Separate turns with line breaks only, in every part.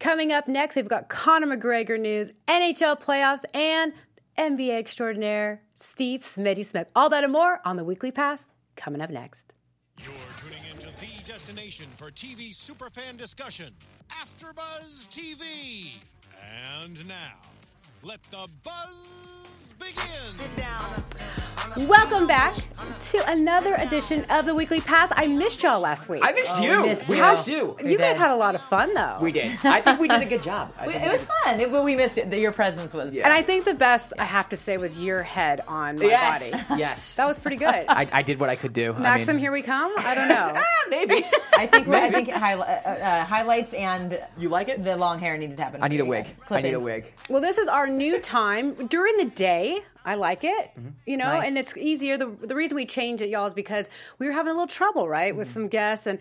Coming up next, we've got Conor McGregor news, NHL playoffs, and NBA extraordinaire Steve Smitty Smith. All that and more on the Weekly Pass coming up next.
You're tuning into the destination for TV superfan discussion, AfterBuzz TV. And now, let the buzz begin.
Welcome back to another edition of the Weekly Pass. I missed y'all last week.
I missed you.
Oh, we missed
we
you.
missed you.
you guys
did.
had a lot of fun though.
We did. I think we did a good job. I
We-
think
it was fun, it, but we missed it. that Your presence was.
And I think the best I have to say was your head on my
yes.
body.
Yes.
That was pretty good.
I, I did what I could do.
Maxim,
I mean,
here we come. I don't know.
Ah, maybe.
I think I think highli- uh, uh, highlights and
You like it?
the long hair needed to happen.
I need a
for you
wig.
guys.
I need a
Clip-ins.
wig.
well, this is our new time during the day. I like it,
Mm-hmm.
you know,
Nice.
and it's easier. The, the reason we changed it, y'all, is because we were having a little trouble, right, with
Mm-hmm.
some guests, and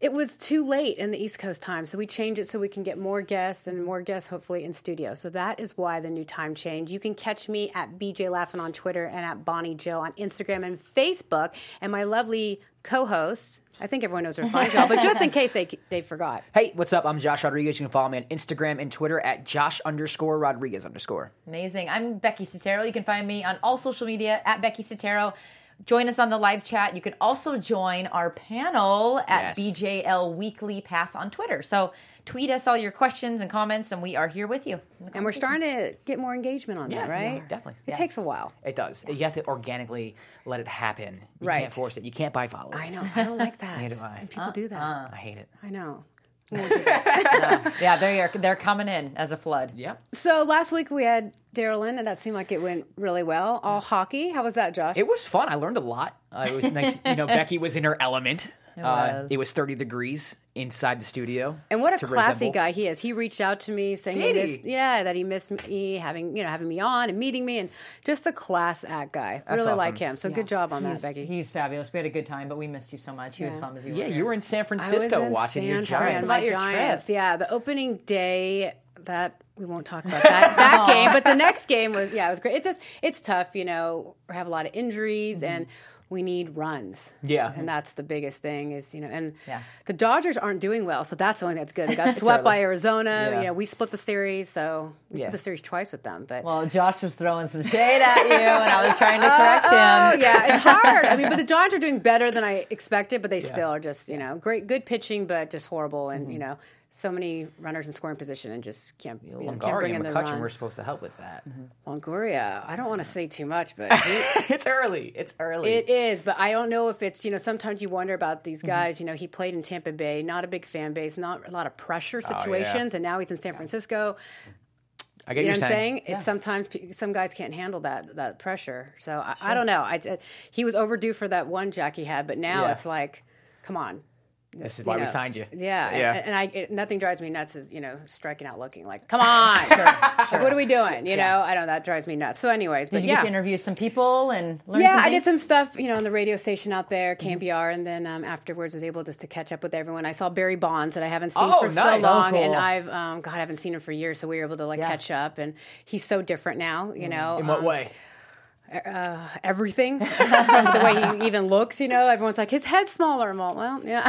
it was too late in the East Coast time. So we changed it so we can get more guests and more guests, hopefully, in studio. So that is why the new time change. You can catch me at BJ Laffin on Twitter and at Bonnie Jill on Instagram and Facebook, and my lovely co hosts. I think everyone knows where to find y'all, but just in case they, they forgot.
Hey, what's up? I'm Josh Rodriguez. You can follow me on Instagram and Twitter at Josh underscore Rodriguez underscore.
Amazing. I'm Becky Sotero. You can find me on all social media at Becky Sotero. Join us on the live chat. You can also join our panel
Yes.
at BJL Weekly Pass on Twitter. So tweet us all your questions and comments, and we are here with you.
And we're starting to get more engagement on
Yeah,
that,
we
right?
are, definitely.
It
Yes.
takes a while.
It does. You have to organically let it happen. You
Right.
can't force it. You can't buy followers.
I know. I don't like that.
Neither do I. Uh-uh.
And people do that.
I hate it.
I know.
yeah, they are. They're coming in as a flood.
Yep.
So last week we had Daryl in, and that seemed like it went really well. All hockey. How was that, Josh?
Mm. It was fun. I learned a lot. Uh, it was nice. You know, Becky was in her element. It
was.
it was 30 degrees inside the studio.
and what a
to
classy
resemble.
guy he is. He reached out to me saying,
Did
missed,
he?
yeah, that he missed me having you know having me on and meeting me, and just a class act guy. really like
awesome.
him. So good job on that, Becky.
He's fabulous. We had a good time, but we missed you so much. He was bummed. as
Yeah,
weren't
you were in
I
San
was
Francisco
in
watching
San
your Giants.
Fran,
It's
my
about your
Giants.
trip.
Yeah, the opening day that we won't talk about that that game, but the next game was yeah, it was great. It just it's tough, you know. We have a lot of injuries
Mm-hmm.
and. We need runs.
Yeah.
And that's the biggest thing is, you know, and
Yeah.
the Dodgers aren't doing well. So that's the only thing that's good. They got swept by Arizona.
Yeah.
You know, we split the series. So we
Yeah.
split the series twice with them. But
Well, Josh was throwing some shade at you, and I was trying to correct
Oh
him.
yeah, it's hard. I mean, but the Dodgers are doing better than I expected, but they still are just you know great, good pitching, but just horrible, and
Mm-hmm.
you know so many runners in scoring position and just can't, you know, can't bring
Longoria
in
and
the
McCutcheon
run. Mm-hmm.
were supposed to help with that.
Longoria, I don't want to say too much, but he-
it's early. It's early.
it is. But I don't know if it's you know sometimes you wonder about
Mm-hmm.
these guys. You know, he played in Tampa Bay, not a big fan base, not a lot of pressure
Oh, yeah.
situations, and now he's in San Francisco.
I get
You know
you're
what I'm saying?
saying.
It's sometimes pe- some guys can't handle that that pressure. So I, I don't know. I, I- he was overdue for that one jack he had, but now
Yeah.
it's like, come on.
This is why we
know.
signed you.
Yeah, and-
Yeah.
and, I it, nothing drives me nuts is you know striking out looking like come on, Like, what are we doing? You know, I don't. That drives me nuts. So, anyways, but
Did you
yeah,
get to interview some people and learn
yeah,
some
I did
things?
some stuff, you know, on the radio station out there,
Mm-hmm.
KBR, and then um, afterwards was able just to catch up with everyone. I saw Barry Bonds that I haven't seen
Oh,
for
nice.
so
So
long,
cool.
and I've um, God, I haven't seen him for years, so we were able to like
Yeah.
catch up, and he's so different now, you know.
In what
um,
way?
Everything, the way he even looks, you know. Everyone's like, his head's smaller. I'm all, well, yeah,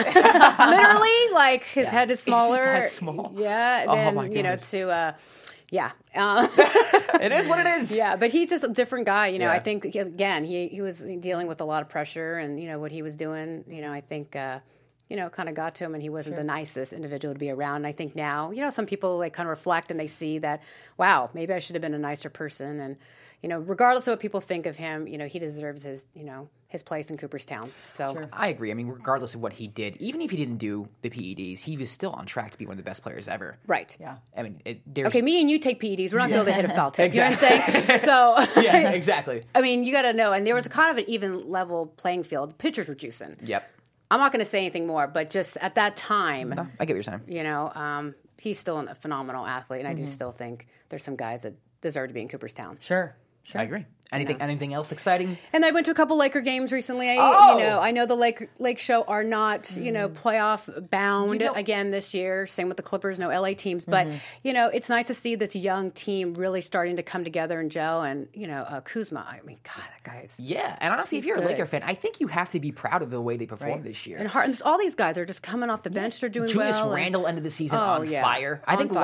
literally, like his head is smaller.
that small?
Yeah, and
Oh,
then
my
you know
goodness.
to. Uh, yeah, um,
It is what it is.
yeah, but he's just a different guy. You know,
Yeah.
I think again he he was dealing with a lot of pressure, and you know what he was doing. You know, I think. Uh, you know, kind of got to him, and he wasn't the nicest individual to be around. And I think now, you know, some people like kind of reflect and they see that, wow, maybe I should have been a nicer person. And you know, regardless of what people think of him, you know, he deserves his, you know, his place in Cooperstown. So
I agree. I mean, regardless of what he did, even if he didn't do the PEDs, he was still on track to be one of the best players ever.
right,
Yeah.
I mean, it, there's.
Okay, me and you take PEDs. We're not going to be able to hit a foul tip. You know what I'm saying? So
Yeah, exactly.
I mean, you got to know. And there was kind of an even level playing field. Pitchers were juicing.
Yep.
I'm not going to say anything more, but just at that time,
I get what you're saying.
you know, um, he's still a phenomenal athlete, and
Mm-hmm.
I do still think there's some guys that deserve to be in Cooperstown.
Sure. Sure.
I agree. Anything? Anything else exciting?
And I went to a couple Laker games recently. I,
Oh! Mm-hmm.
You know, I know the Lake Lake Show are not you know playoff bound
You know- Mm-hmm.
again this year. Same with the Clippers, no LA teams. But you know, it's nice to see this young team really starting to come together and gel. And you know, uh, Kuzma. I mean, God, that guy's
Yeah. And honestly, if you're a
good.
Laker fan, I think you have to be proud of the way they performed
Right.
this year.
and Hart, all these guys are just coming off the bench. They're doing
Julius
well. and-
Randle ended the season
Oh,
on
yeah.
fire. I
On
think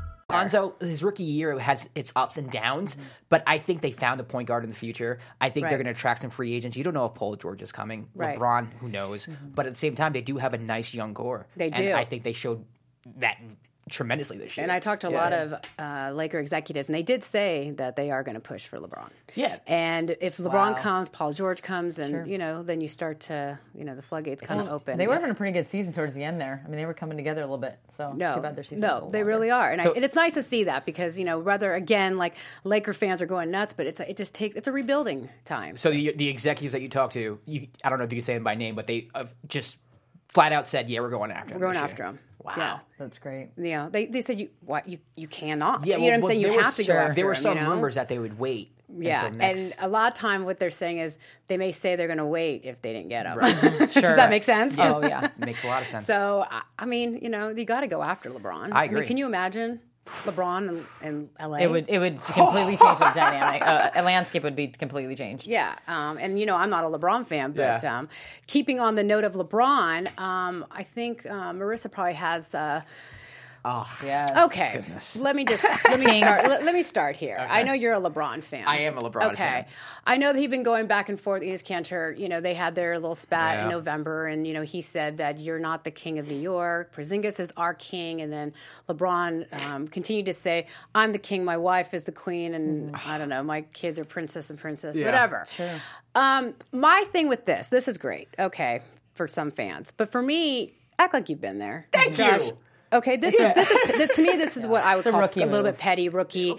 Lonzo, his rookie year has its ups and downs, but I think they found a point guard in the future. I think they're
Mm-hmm. Right.
going to attract some free agents. You don't know if Paul George is coming,
Right. Mm-hmm.
LeBron, who knows? But at the same time, they do have a nice young core.
They
And
do.
I think they showed that tremendously this year.
And I talked to a
Yeah.
lot of uh, Laker executives, and they did say that they are going to push for LeBron.
Yeah.
And if LeBron comes, Paul George comes, and you know, then you start to, you know, the floodgates kind of open.
They were having a pretty good season towards the end there. I mean, they were coming together a little bit. So
No,
too bad their season. was a
no,
little
they
longer.
really are, and, I,
So-
and it's nice to see that because you know, rather again, like Laker fans are going nuts, but it's a, it just takes it's a rebuilding time.
So the the executives that you talked to, you, I don't know if you can say them by name, but they uh, just flat out said, "Yeah, we're going after him.
We're going
this
after
year."
him.
Wow.
Yeah.
That's great.
You know, they, they said you what you you cannot.
Yeah,
you know
well,
what I'm
well,
saying. You
there
have
was-
to go after
There were
him,
some
you know?
rumors that they would wait.
Yeah,
until next,
and uh, a lot of time what they're saying is they may say they're going to wait if they didn't get him.
Sure.
Does that make sense?
Oh yeah.
makes a lot of sense.
So I- I mean, you know, you got to go after LeBron.
I
mean,
agree.
can you imagine LeBron in, in LA?
It would it would completely change the dynamic. Uh, a landscape would be completely changed.
Yeah, um, and you know I'm not a LeBron fan, but
Yeah.
um, keeping on the note of LeBron, um, I think uh, Marissa probably has. Uh,
Yes.
okay, let me just let me start. Let, let me start here. I know you're a LeBron fan.
I am a LeBron
okay.
fan.
I know that he's been going back and forth. Enos Cantor, you know, they had their little spat in
Yeah.
November, and you know he said that you're not the king of New York. Porzingis is our king, and then LeBron um, continued to say, "I'm the king. My wife is the queen, and I don't know, my kids are princess and princess, whatever." Um, my thing with this, this is great, okay, for some fans, but for me, act like you've been there. Thank
you.
Okay, this is this is to me this is what I would
a
call
rookie
a little
move.
bit petty rookie,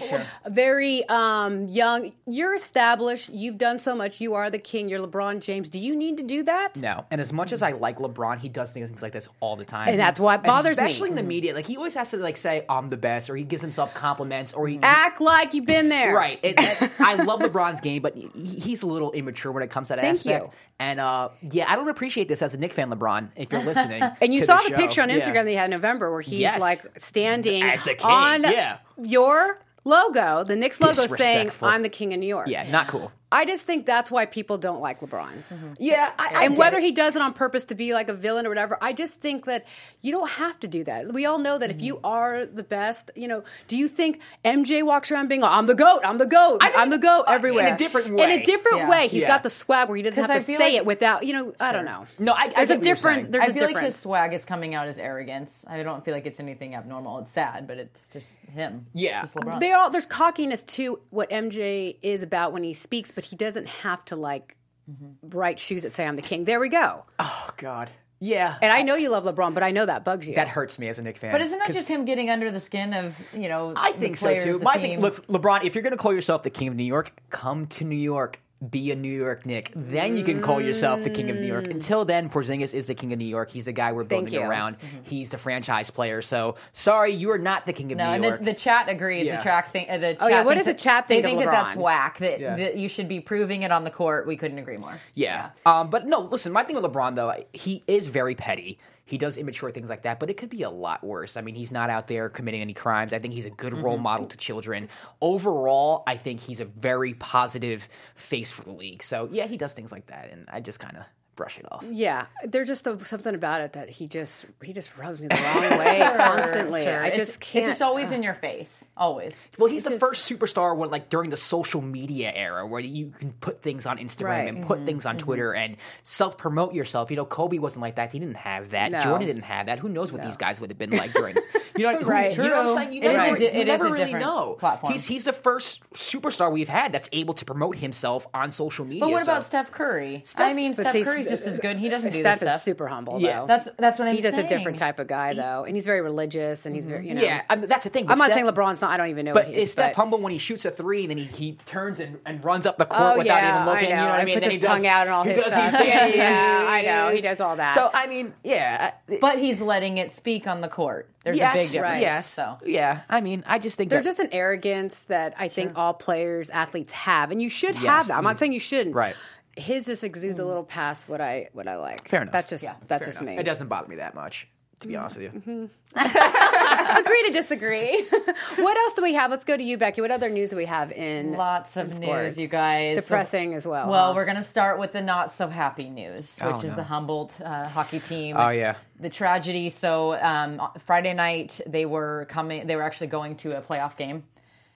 very um, young. You're established. You've done so much. You are the king. You're LeBron James. Do you need to do that?
No, and as much as I like LeBron, he does things like this all the time,
And that's what bothers me. Mm-hmm.
Especially in the media, like he always has to like say I'm the best, or he gives himself compliments, or he
Act like you've been there.
Right. It, it- I love LeBron's game, but he, he's a little immature when it comes to that
Thank
aspect.
you.
And uh, yeah, I don't appreciate this as a Nick fan, LeBron. If you're listening,
And you
to
saw the,
show.
picture on
Yeah.
Instagram that he had in November where he's
Yes.
like standing
As the king,
on
yeah.
your logo, the Knicks logo, saying
Disrespectful.
"I'm the king of New York."
Yeah, not cool.
I just think that's why people don't like LeBron.
Yeah, I,
and whether he does it on purpose to be like a villain or whatever, I just think that you don't have to do that. We all know that if you
Mm-hmm.
are the best, you know, do you think MJ walks around being, oh, I'm the GOAT, I'm the GOAT, I'm the GOAT everywhere?
in a different
In
way.
a different
Yeah.
way. he's
Yeah.
got the swag where he doesn't
'Cause
have to
I feel
say
like-
it without, you know, I don't know.
No, I- I
There's
get
a
what you're
difference.
saying.
There's
I
a
feel like his
difference.
swag is coming out as arrogance. I don't feel like it's anything abnormal. It's sad, but it's just him.
Yeah.
Just LeBron.
they all there's cockiness to what MJ is about when he speaks, but he doesn't have to like
Mm-hmm.
write shoes that say I'm the king. There we go.
Oh God. Yeah,
And I know you love LeBron, but I know that bugs you.
that hurts me as a Nick fan.
but isn't that just him getting under the skin of you know?
I
the
think
players,
so too.
The
My
team?
thing, look, LeBron, if you're going to call yourself the king of New York, come to New York. Be a New York Nick. Then you can call yourself the king of New
Mm.
York. Until then, Porzingis is the king of New York. He's the guy we're building
you.
around.
Mm-hmm.
He's the franchise player. So sorry, you are not the king of
No,
New
and
York.
the, the chat agrees.
Yeah.
The track thing. Uh, the chat
yeah, what
thinks
does the
that-
chat think
They
of
think that that's
LeBron?
whack. That,
Yeah.
that you should be proving it on the court. We couldn't agree more.
yeah. Um, but no, listen, my thing with LeBron though, he is very petty. He does immature things like that, but it could be a lot worse. I mean, he's not out there committing any crimes. I think he's a good role model to children. Overall, I think he's a very positive face for the league. So yeah, he does things like that, and I just kind of brush it off.
Yeah, there's just a, something about it that he just he just rubs me the wrong way constantly.
Sure.
I
It's-
just can't.
It's just always in your face. Always.
Well, he's the first superstar when, like, during the social media era, where you can put things on Instagram
Right.
and
Mm-hmm.
put things on Twitter and self promote yourself. You know, Kobe wasn't like that. He didn't have that.
No.
Jordan didn't have that. Who knows what these guys would have been like during? You know, who-
Right.
you know what I'm saying? You
It is
never,
a di-
you
it is
never
a
really
different
know.
platform.
He's he's the first superstar we've had that's able to promote himself on social media.
But what
so-
about Steph Curry? I mean,
but
Steph
see,
Curry Steph is just as good. He doesn't do
Steph
this
is
stuff.
super humble.
Yeah.
though.
That's that's what I'm
he's just a
saying. Mm-hmm.
different type of guy though, and he's very religious and he's very you know.
Yeah, I mean, that's the thing.
I'm not
Steph-
saying LeBron's not. I don't even know.
But
what he
is
is,
Steph
but-
humble when he shoots a three and then he, he turns and, and runs up the court
Oh,
without
yeah,
even looking?
I
you know
know,
what I
and
mean?
puts
Then
his
he does-
tongue out and all
he
his
does his
stuff. Yeah,
dances.
yeah, I know, he does all that.
So I mean, yeah, I-
But he's letting it speak on the court. There's
yes,
a big difference.
yes,
So
yeah. I mean, I just think
They're
that-
just an arrogance that I think all players, athletes have, and you should
Yes.
have that. I'm not saying you shouldn't.
Right.
His just exudes
Mm.
a little past what I what I like.
Fair enough.
That's just that's just me.
it doesn't bother me that much. To be honest with you,
Mm-hmm. Agree to disagree. what else do we have? Let's go to you, Becky. What other news do we have in
lots of
in
news,
sports?
you guys.
Depressing as well.
Well,
huh?
we're going to start with the not so happy news, which
Oh,
is
no.
the Humboldt uh, hockey team.
Oh, yeah.
the tragedy. So um, Friday night they were coming. They were actually going to a playoff game,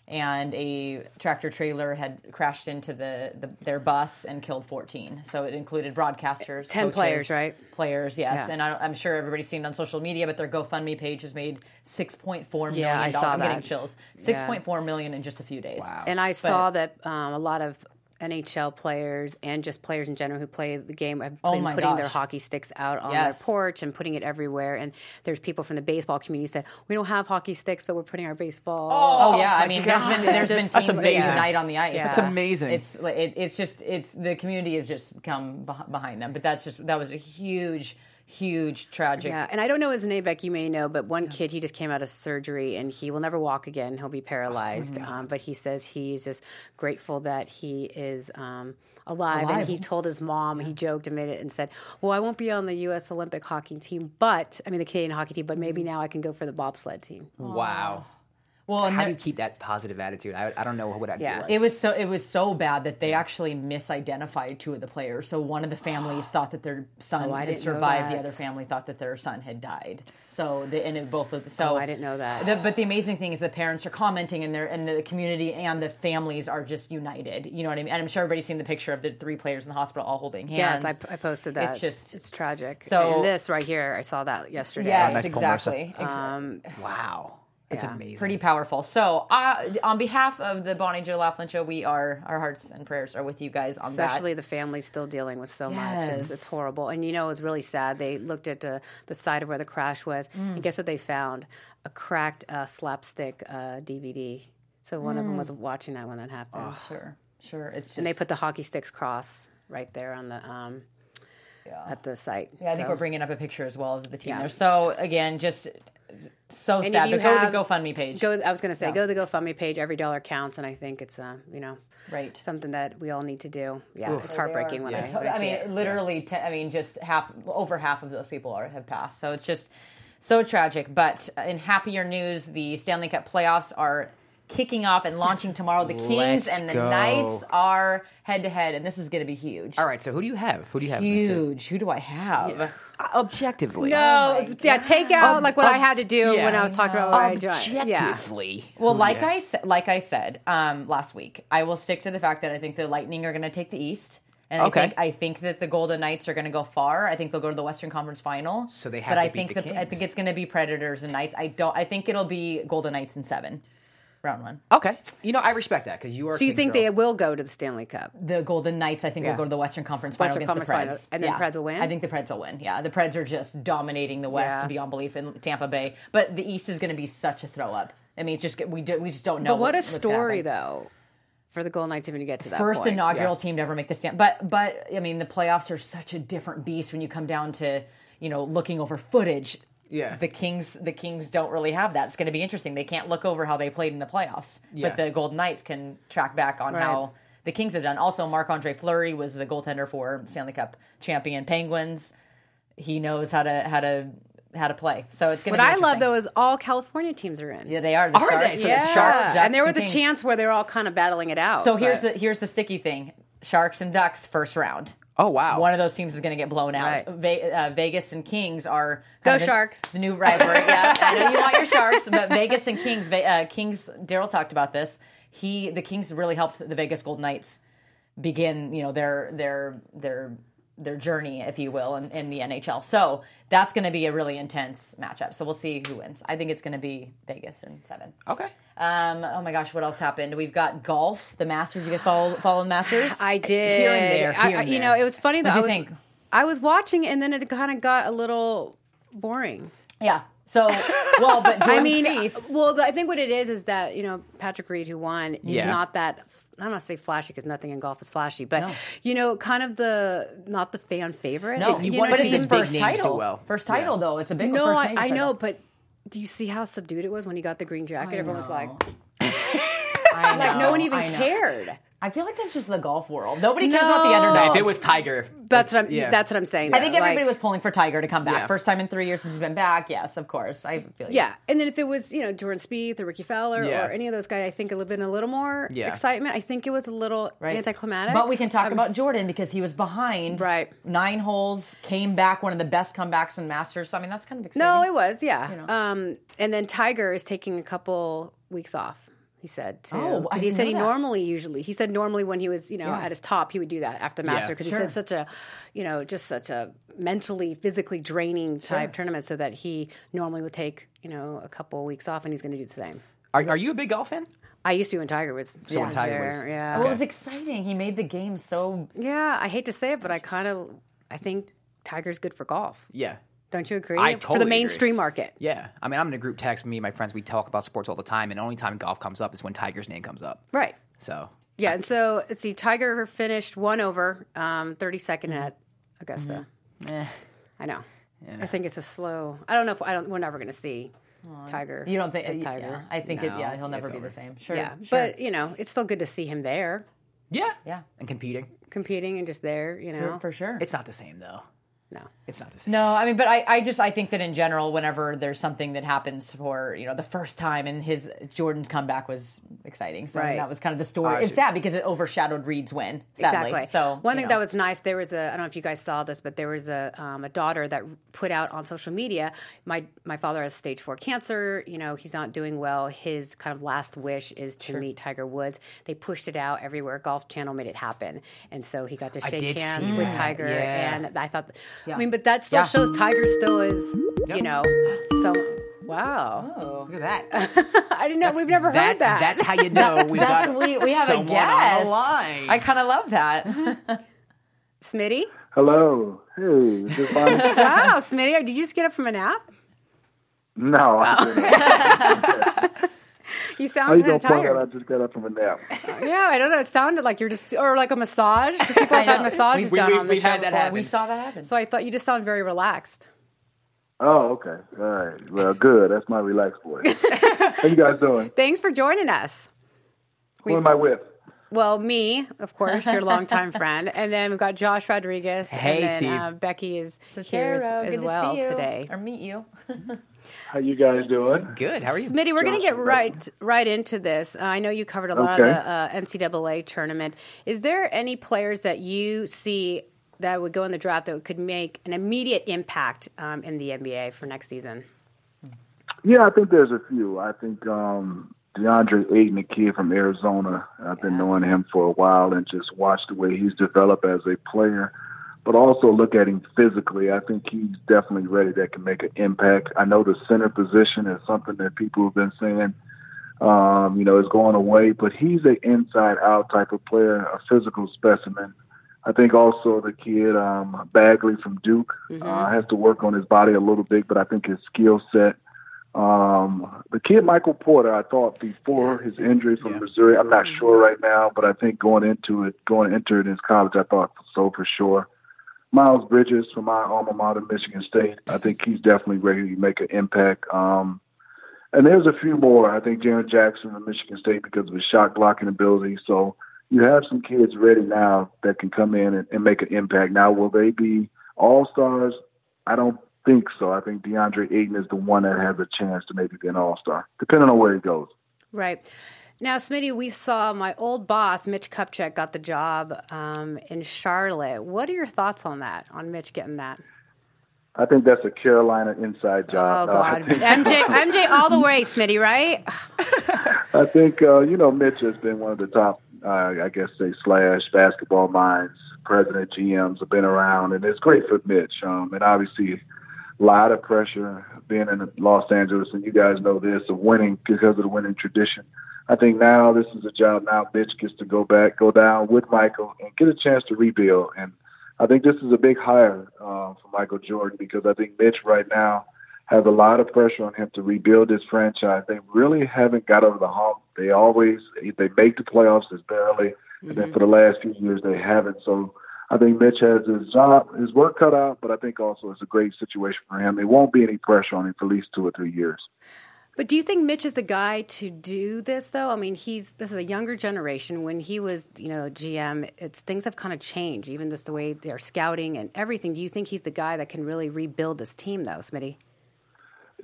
and a tractor trailer had crashed into the, the their bus and killed 14. So it included broadcasters,
10
coaches,
players, right?
Players, yes.
Yeah.
And I, I'm sure everybody's seen it on social media, but their GoFundMe page has made 6.4 million.
Yeah, I
dollars.
saw
I'm getting
that.
chills.
Yeah.
6.4 million in just a few days. Wow.
And I saw that um, a lot of NHL players and just players in general who play the game have
Oh
been
my
putting their
gosh.
hockey sticks out on
Yes.
their porch and putting it everywhere. And there's people from the baseball community said, "We don't have hockey sticks, but we're putting our baseball."
Oh, yeah, I mean, there's
God.
been there's been
Just- That's
teams that
amazing.
unite on the ice.
Yeah. That's
amazing.
It's like, it, it's just it's the community has just come beh- behind them. But that's just that was a huge, huge tragic.
Yeah, and I don't know his name, Beck. You may know, but one kid he just came out of surgery and he will never walk again. He'll be paralyzed.
Mm-hmm.
Um, but he says he's just grateful that he is um, alive.
Alive.
And he told his mom, he joked a minute and said, "Well, I won't be on the U.S. Olympic hockey team, but I mean the Canadian hockey team, but
Mm-hmm.
maybe now I can go for the bobsled team."
wow.
Well, and
How do
there-
you keep that positive attitude? I, I don't know what I'd
Yeah.
do.
It was so it was so bad that they actually misidentified two of the players. So one of the families thought that their son
Oh, I
had
didn't know
survived. The
that.
other family thought that their son had died. So the, and it both of so
Oh, I didn't know that.
The, but the amazing thing is the parents are commenting and they're and the community and the families are just united. You know what I mean? And I'm sure everybody's seen the picture of the three players in the hospital all holding hands.
Yes, I, I posted that.
It's just
it's tragic.
So-
and this right here, I saw that Um, yesterday.
yes,
nice poem, Marissa.
exactly. Exa-
wow, that's amazing.
pretty powerful. So, uh, on behalf of the Bonnie Joe Laughlin show, we are our hearts and prayers are with you guys on that.
especially the families still dealing with so much.
Yes.
It's, it's horrible. And you know, it was really sad. They looked at the, the side of where the crash was,
Mm.
and guess what they found? A cracked uh, slapstick uh, DVD. So one of them
Mm.
was watching that when that happened.
Sure, sure. It's just
And they put the hockey sticks cross right there on the um, at the site.
Yeah, I think
So-
we're bringing up a picture as well of the team there. So again, just so
And
sad.
if you
But go to
have-
the GoFundMe page.
Go. I was going to say, go to the GoFundMe page. Every dollar counts, and I think it's uh, you know
Right.
something that we all need to do. Yeah, it's heartbreaking when I, when I
I
see
mean,
it.
literally, te- I mean, just half over half of those people are have passed. So it's just so tragic. But in happier news, the Stanley Cup playoffs are kicking off and launching tomorrow. The Kings
Let's
and the
go.
Knights are head to head, and this is going to be huge.
All right, so who do you have? Who do you have? Vincent?
Huge. Who do I have?
Uh, Objectively,
No,
Oh,
yeah, take out like what I
ob-
had to do
yeah.
when I was talking about what I did. Yeah.
objectively.
Well, like I sa- like I said um, last week, I will stick to the fact that I think the Lightning are going to take the East, and
Okay.
I think I think that the Golden Knights are going to go far. I think they'll go to the Western Conference Final.
So they have
but
to
I
beat
think
the
I
Kings.
think it's going to be Predators and Knights. I don't. I think it'll be Golden Knights in seven, round one.
Okay, you know I respect that because you are.
So you think they will go to the Stanley Cup?
The Golden Knights, I think,
Yeah.
will go to the Western Conference Final
Western Conference
against the Preds,
Final. And then Preds will win?
I think the Preds will win. Yeah, the Preds are just dominating the West
Yeah.
beyond belief in Tampa Bay, but the East is going to be such a throw up. I mean, it's just we do, we just don't know.
But what a
what's gonna
story,
happen.
though, for the Golden Knights even to get to that
first
point.
inaugural
Yeah.
team to ever make the stand. But but I mean, the playoffs are such a different beast when you come down to you know looking over footage.
Yeah.
the Kings the Kings don't really have that. It's going to be interesting. They can't look over how they played in the playoffs,
Yeah.
but the Golden Knights can track back on
Right.
how. The Kings have done. Also, Marc Andre Fleury was the goaltender for Stanley Cup champion Penguins. He knows how to how to how to play. So it's going to.
What
be
I love
interesting.
though is all California teams are in.
yeah, they are the
Are they?
Sharks.
So the Sharks,
Yeah.
Ducks,
and there was
and
a
Kings.
chance where they were all kind of battling it out.
So here's
but-
the here's the sticky thing: Sharks and Ducks first round.
Oh, wow.
One of those teams is going to get blown out.
Right.
Ve- uh, Vegas and Kings are
Go
kind of the-
Sharks.
The new rivalry. yeah, I know you want your Sharks, but Vegas and Kings. Ve- uh, Kings. Daryl talked about this. He the Kings really helped the Vegas Golden Knights begin. You know their their their their journey, if you will, in, in the NHL. So that's going to be a really intense matchup. So we'll see who wins. I think it's going to be Vegas in seven.
Okay.
Um, oh my gosh, what else happened? We've got golf, the Masters. You guys follow follow the Masters?
I did.
Here and there,
I-
here
I-
and
you
there.
know, it was funny that
What'd
I
you
was.
think?
I was watching, and then it kind of got a little boring.
Yeah. So, well, but Jordan
I mean, uh,
Spieth,
well, the- I think what it is is that you know Patrick Reed, who won, is
Yeah.
not that. I'm not say flashy because nothing in golf is flashy, but you know, kind of the not the fan favorite.
no,
You
you
know
wanna
what
but
I
see
it's
mean?
his
big
first
names do
title.
well.
First title,
Yeah.
though. It's a big
No,
first
I,
major
I know,
title.
but do you see how subdued it was when he got the green jacket?
I
Everyone was
know.
like,
I know,
like no one even
I know.
cared.
I feel like that's just the golf world. Nobody cares about the underdog.
If it was Tiger,
That's what I'm.
Yeah.
That's what I'm saying.
I think
though,
everybody
like-
was pulling for Tiger to come back.
Yeah.
First time in three years since he's been back. Yes, of course. I feel you.
Yeah, and then if it was you know Jordan Spieth or Ricky Fowler
Yeah.
or any of those guys, I think it would have been a little more
Yeah.
excitement. I think it was a little
Right.
anticlimactic. Um,
But we can talk about Jordan because he was behind
Right.
nine holes, came back one of the best comebacks in Masters. So, I mean, that's kind of exciting.
No, Oh, it was yeah. Um, and then Tiger is taking a couple weeks off. He said too.
Oh, I
'Cause he
didn't
said
know
he
that.
normally usually he said normally when he was you know at his top he would do that after the master because he
sure.
said such a you know just such a mentally physically draining type tournament so that he normally would take you know a couple weeks off and he's going to do the same.
are, are you a big golf fan?
I used to be when Tiger was so
when Tiger was-
yeah
Well, it was exciting. He made the game so.
yeah I hate to say it but I kind of I think Tiger's good for golf.
Yeah.
Don't you agree?
I
for
totally
the
agree.
mainstream market.
Yeah. I mean, I'm in a group text. Me and my friends, we talk about sports all the time, and the only time golf comes up is when Tiger's name comes up.
Right.
So,
Yeah, and so let's see. Tiger finished one over, um, thirty
Mm-hmm.
at Augusta.
Eh.
I know. I think it's a slow. I don't know if I don't. We're never going to see Tiger.
You don't think
as
yeah,
Tiger?
I think it, yeah, he'll never
it's
be
over.
the same. Sure.
yeah,
sure.
but you know, it's still good to see him there,
yeah.
Yeah.
And competing.
competing and just there. You know,
For- for sure.
It's not the same, though.
no.
It's not the same.
No, I mean, but I, I just I think that in general, whenever there's something that happens for you know the first time, and his Jordan's comeback was exciting, so I mean,
Right.
that was kind of the story. It's sad because it overshadowed Reed's win. Sadly.
Exactly.
So
one
you
thing
know.
that was nice, there was a I don't know if you guys saw this, but there was a um, a daughter that put out on social media, my my father has stage four cancer. You know, he's not doing well. His kind of last wish is to meet Tiger Woods. They pushed it out everywhere. Golf Channel made it happen, and so he got to shake
did see
hands with
that.
Tiger.
Yeah.
And I thought, I mean, but that still
Yeah.
shows Tiger still is, you know, so wow.
Oh, look at that.
I didn't know we've never heard that.
That's how you know we
That's
got
we we have a
someone
guest.
on the line.
I kind of love that.
Smitty.
Hello. Hey, is this on?
Wow, Smitty, did you just get up from a nap?
no, I'm kidding.
You
How
sound kind
you gonna
of
tell
tired.
that I just got up from a nap?
Yeah, I don't know. It sounded like you're just, or like a massage. 'cause people have had massages
we,
done
we,
on the
we've
show
had that
before.
happen.
We saw that happen.
So I thought you just sound very relaxed.
Oh, okay. All right. Well, good. That's my relaxed voice. How you guys doing?
Thanks for joining us.
Who am I with?
Well, me, of course, your longtime friend, and then we've got Josh Rodriguez.
Hey,
and then,
Steve.
Uh, Becky is here as,
Tara,
as
good to
well
see you,
today.
or meet you.
How you guys doing?
Good. How are you?
Smitty, we're going to get right right into this. Uh, I know you covered a lot
Okay.
of the uh, NCAA tournament. Is there any players that you see that would go in the draft that could make an immediate impact um, in the NBA for next season?
Yeah, I think there's a few. I think um, DeAndre Ayton, a kid from Arizona, I've been knowing him for a while and just watched the way he's developed as a player, but also look at him physically. I think he's definitely ready that can make an impact. I know the center position is something that people have been saying, um, you know, is going away, but he's an inside out type of player, a physical specimen. I think also the kid um, Bagley from Duke uh, has to work on his body a little bit, but I think his skill set um, the kid Michael Porter, I thought before his injury from Missouri, I'm not sure right now, but I think going into it, going into it in college, I thought so for sure. Miles Bridges from my alma mater, Michigan State, I think he's definitely ready to make an impact. Um, and there's a few more. I think Jaron Jackson from Michigan State because of his shot blocking ability. So you have some kids ready now that can come in and, and make an impact. Now, will they be all stars? I don't think so. I think DeAndre Ayton is the one that has a chance to maybe be an all star, depending on where he goes.
Right. Now, Smitty, we saw my old boss, Mitch Kupchak, got the job um, in Charlotte. What are your thoughts on that, on Mitch getting that?
I think that's a Carolina inside
Oh,
job. Uh, No,
God. MJ, MJ all the way, Smitty, right?
I think uh, you know Mitch has been one of the top, uh, I guess, say slash basketball minds, president GMs have been around, and it's great for Mitch. Um, and obviously, a lot of pressure being in Los Angeles, and you guys know this of winning because of the winning tradition. I think now this is a job now Mitch gets to go back, go down with Michael, and get a chance to rebuild. And I think this is a big hire uh, for Michael Jordan because I think Mitch right now has a lot of pressure on him to rebuild this franchise. They really haven't got over the hump. They always they make the playoffs as barely, and then for the last few years they haven't. So I think Mitch has his job, his work cut out, but I think also it's a great situation for him. There won't be any pressure on him for at least two or three years.
But do you think Mitch is the guy to do this though? I mean, he's this is a younger generation. When he was, you know, GM, it's things have kind of changed, even just the way they're scouting and everything. Do you think he's the guy that can really rebuild this team though, Smitty?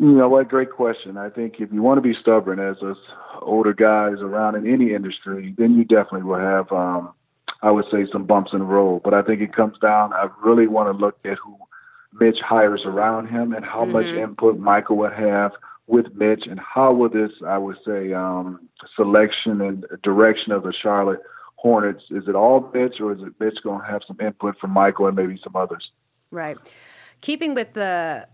You know what? Great question. I think if you want to be stubborn as us older guys around in any industry, then you definitely will have, um, I would say, some bumps in the road. But I think it comes down. I really want to look at who Mitch hires around him and how much input Michael would have with Mitch and how will this, I would say, um, selection and direction of the Charlotte Hornets? Is it all Mitch, or is it Mitch going to have some input from Michael and maybe some others?
Right. Keeping with the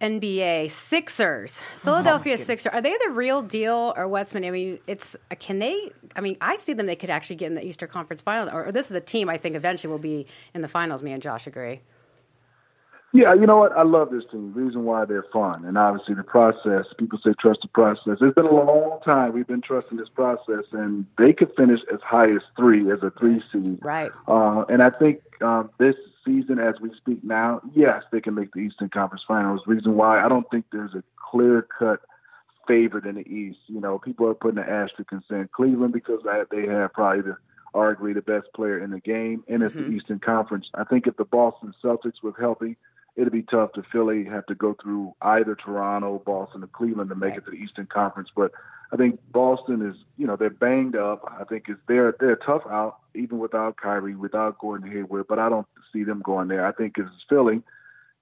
NBA
Oh,
Sixers, Philadelphia Sixers, are they the real deal or what's? I mean, it's can they? I mean, I see them. They could actually get in the Eastern Conference Finals, or, or this is a team I think eventually will be in the finals. Me and Josh agree.
Yeah, you know what? I love this team. Reason why they're fun, and obviously the process. People say trust the process. It's been a long time we've been trusting this process, and they could finish as high as three as a three seed.
Right.
Uh, and I think um, this season, as we speak now, yes, they can make the Eastern Conference Finals. Reason why I don't think there's a clear cut favorite in the East. You know, people are putting an asterisk and saying Cleveland because that- they have probably the arguably the best player in the game, and it's the Eastern Conference. I think if the Boston Celtics was healthy, it'd be tough to Philly have to go through either Toronto, Boston, or Cleveland to make it to the Eastern Conference. But I think Boston is, you know, they're banged up. I think it's they're they're a tough out even without Kyrie, without Gordon Hayward. But I don't see them going there. I think if it's Philly,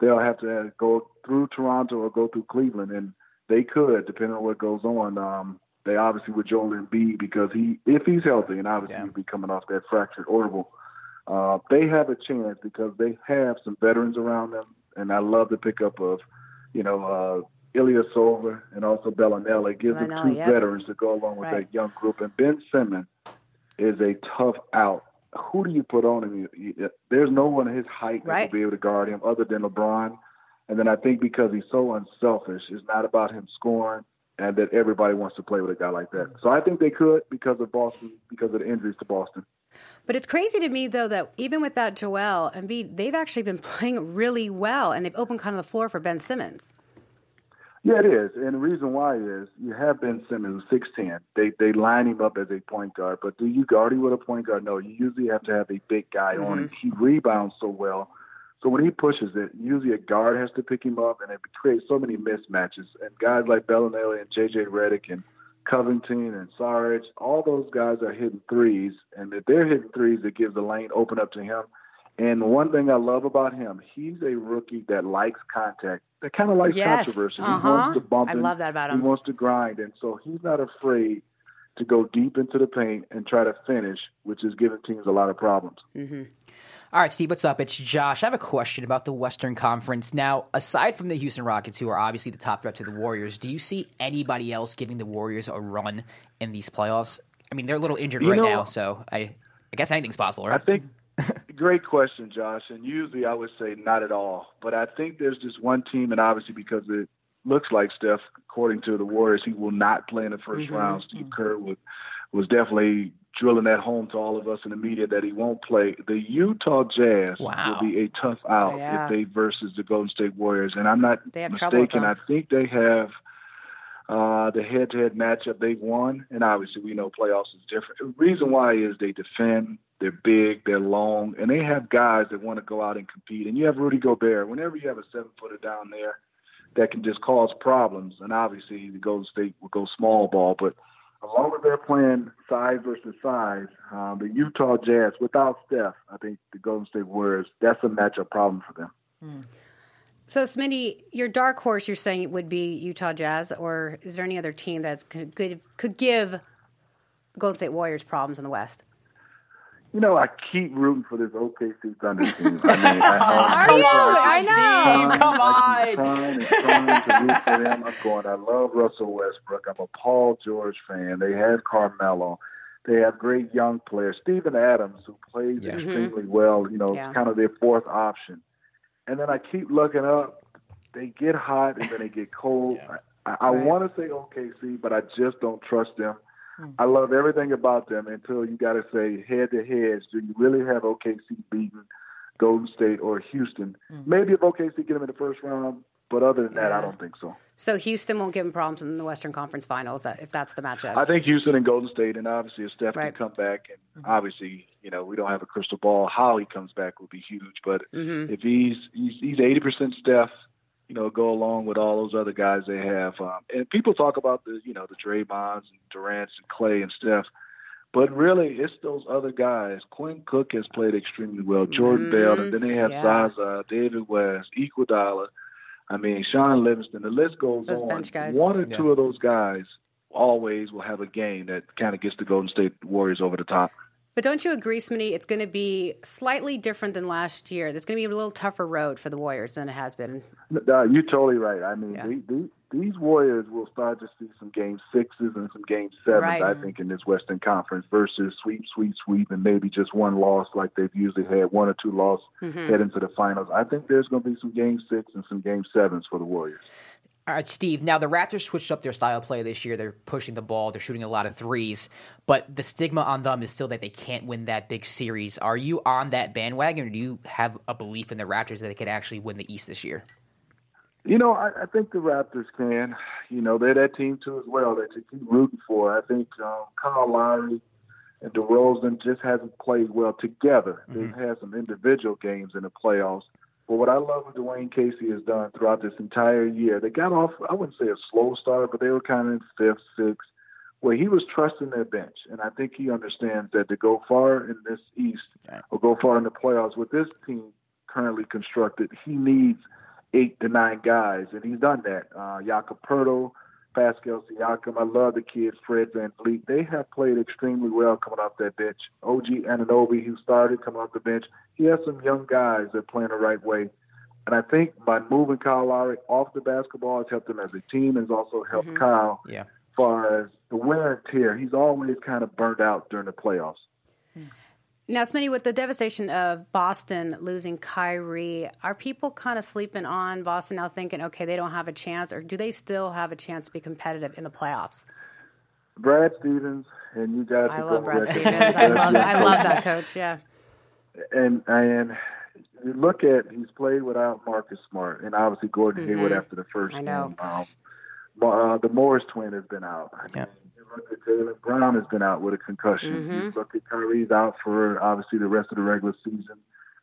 they'll have to uh, go through Toronto or go through Cleveland, and they could, depending on what goes on. Um, they obviously with Joel Embiid because he, if he's healthy, and obviously he'll be coming off that fractured orbital. Uh, they have a chance because they have some veterans around them, and I love the pickup of, you know, uh, Ilya Silva and also Bellinelli. It gives
Bellinelli,
them two
yeah.
veterans to go along with
Right.
that young group. And Ben Simmons is a tough out. Who do you put on him? You- you- There's no one his height that
Right.
will be able to guard him other than LeBron. And then I think because he's so unselfish, it's not about him scoring, and that everybody wants to play with a guy like that. So I think they could because of Boston, because of the injuries to Boston.
But it's crazy to me though that even without Joel Embiid, they've actually been playing really well, and they've opened kind of the floor for Ben Simmons.
Yeah, it is. And the reason why is you have Ben Simmons, who's 6'10. They, they line him up as a point guard, but do you guard him with a point guard? No, you usually have to have a big guy on him.
Mm-hmm.
He rebounds so well. So when he pushes it, usually a guard has to pick him up, and it creates so many mismatches. And guys like Bellinelli and J.J. Redick and Covington and Sarge, all those guys are hitting threes. And if they're hitting threes, it gives the lane open up to him. And one thing I love about him, he's a rookie that likes contact, that kind of likes
Yes.
controversy.
Uh-huh.
He wants to bump.
I
and
love that about him.
He wants to grind, and so he's not afraid to go deep into the paint and try to finish, which is giving teams a lot of problems.
All right, Steve, what's up? It's Josh. I have a question about the Western Conference. Now, aside from the Houston Rockets, who are obviously the top threat to the Warriors, do you see anybody else giving the Warriors a run in these playoffs? I mean, they're a little injured right
know-
now, so I, I guess anything's possible,
I
right?
think great question, Josh. And usually I would say not at all, but I think there's just one team, and obviously because it looks like Steph, according to the Warriors, he will not play in the 1st round. Steve Kerr was was definitely drilling that home to all of us in the media that he won't play. The Utah Jazz
Wow.
will be a tough out
Yeah.
if they versus the Golden State Warriors, and I'm not
They have trouble with
mistaken. I
them.
think they have uh, the head-to-head matchup they've won, and obviously we know playoffs is different. The reason why is they defend, they're big, they're long, and they have guys that want to go out and compete. And you have Rudy Gobert. Whenever you have a seven-footer down there that can just cause problems, and obviously the Golden State will go small ball, but as long as they're playing size versus size, um, the Utah Jazz without Steph, I think the Golden State Warriors, that's a matchup problem for them.
So, Smitty, your dark horse, you're saying it would be Utah Jazz, or is there any other team that could could, could give Golden State Warriors problems in the West?
You know, I keep rooting for this OKC Thunder team. I mean, I, Are you?
Oh, I know. Steve, come
I keep
on.
trying and trying to root for them. I'm going. I love Russell Westbrook. I'm a Paul George fan. They had Carmelo. They have great young players. Stephen Adams, who plays
Yeah.
extremely well, you know,
Yeah.
kind of their fourth option. And then I keep looking up. They get hot and then they get cold. I, I
Right.
want to say OKC, but I just don't trust them.
Hmm.
I love everything about them until you got to say head to head. Do you really have OKC beaten Golden State or Houston? Maybe if OKC get them in the first round, but other than that, I don't think so.
So Houston won't give him problems in the Western Conference Finals uh, if that's the matchup.
I think Houston and Golden State, and obviously if Steph
Right.
can come back, and obviously you know we don't have a crystal ball. How he comes back will be huge, but
Mm-hmm.
if he's he's he's eighty percent Steph, you know, go along with all those other guys they have. Um, and people talk about the you know the Draymonds and Durant's and Clay and Steph, but really it's those other guys. Quinn Cook has played extremely well. Jordan Bell, and then they have
Mm-hmm. yeah.
Zaza, David West, Iguodala. I mean, Sean Livingston. The list goes
Those
on.
bench guys.
One or two of those guys always will have a game that kind of gets the Golden State Warriors over the top.
But don't you agree, Smitty? It's going to be slightly different than last year. There's going to be a little tougher road for the Warriors than it has been.
No, you're totally right. I mean,
Yeah.
the, the, these Warriors will start to see some game sixes and some game sevens,
Right.
I think, in this Western Conference versus sweep, sweep, sweep, and maybe just one loss like they've usually had, one or two loss
Mm-hmm.
head into the finals. I think there's going to be some game six and some game sevens for the Warriors.
All right, Steve. Now the Raptors switched up their style of play this year. They're pushing the ball. They're shooting a lot of threes, but the stigma on them is still that they can't win that big series. Are you on that bandwagon, or do you have a belief in the Raptors that they could actually win the East this year?
You know, I, I think the Raptors can. You know, they're that team too as well that you keep rooting for. I think um, Kyle Lowry and DeRozan just hasn't played well together. They've had some individual games in the playoffs. But what I love what Dwayne Casey has done throughout this entire year, they got off, I wouldn't say a slow start, but they were kind of in fifth, sixth, where he was trusting their bench. And I think he understands that to go far in this East or go far in the playoffs with this team currently constructed, he needs eight to nine guys. And he's done that. Uh, Jakob Pertl, Pascal Siakam. I love the kids, Fred Van Vliet. They have played extremely well coming off that bench. OG Ananobi, who started coming off the bench, he has some young guys that are playing the right way. And I think by moving Kyle Lowry off the basketball, it's helped them as a team and has also helped Kyle
Yeah.
as far as the wear and tear. He's always kind of burnt out during the playoffs.
Now, Smitty, with the devastation of Boston losing Kyrie, are people kind of sleeping on Boston now thinking, okay, they don't have a chance, or do they still have a chance to be competitive in the playoffs?
Brad Stevens, and you guys
I
can
love
go
Brad
with that.
Stevens. I love, I love that coach. Yeah.
and and you look at he's played without Marcus Smart and obviously Gordon Hayward after the first
Mm-hmm. I know.
game. Um, but, uh, the Morris twin has been out. I mean, you look at Jalen Brown has been out with a concussion. You
Mm-hmm.
look at Kyrie's out for obviously the rest of the regular season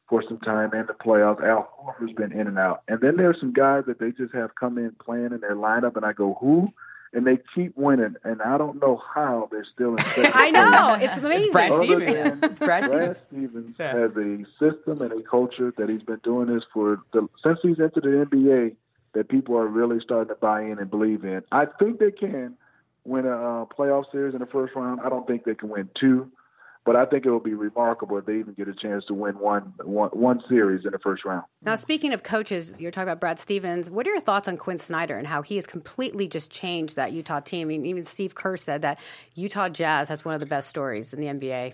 for some time and the playoffs. Al Horford's been in and out, and then there's some guys that they just have come in playing in their lineup, and I go who. And they keep winning, and I don't know how they're still in second
I
place.
know. It's amazing.
Brad
Other
Stevens.
than
It's Brad Stevens.
Stevens has a system and a culture that he's been doing this for the, since he's entered the NBA that people are really starting to buy in and believe in. I think they can win a uh, playoff series in the first round. I don't think they can win two, but I think it will be remarkable if they even get a chance to win one, one, one series in the first round.
Now, speaking of coaches, you're talking about Brad Stevens. What are your thoughts on Quinn Snyder and how he has completely just changed that Utah team? I mean, even Steve Kerr said that Utah Jazz has one of the best stories in the NBA.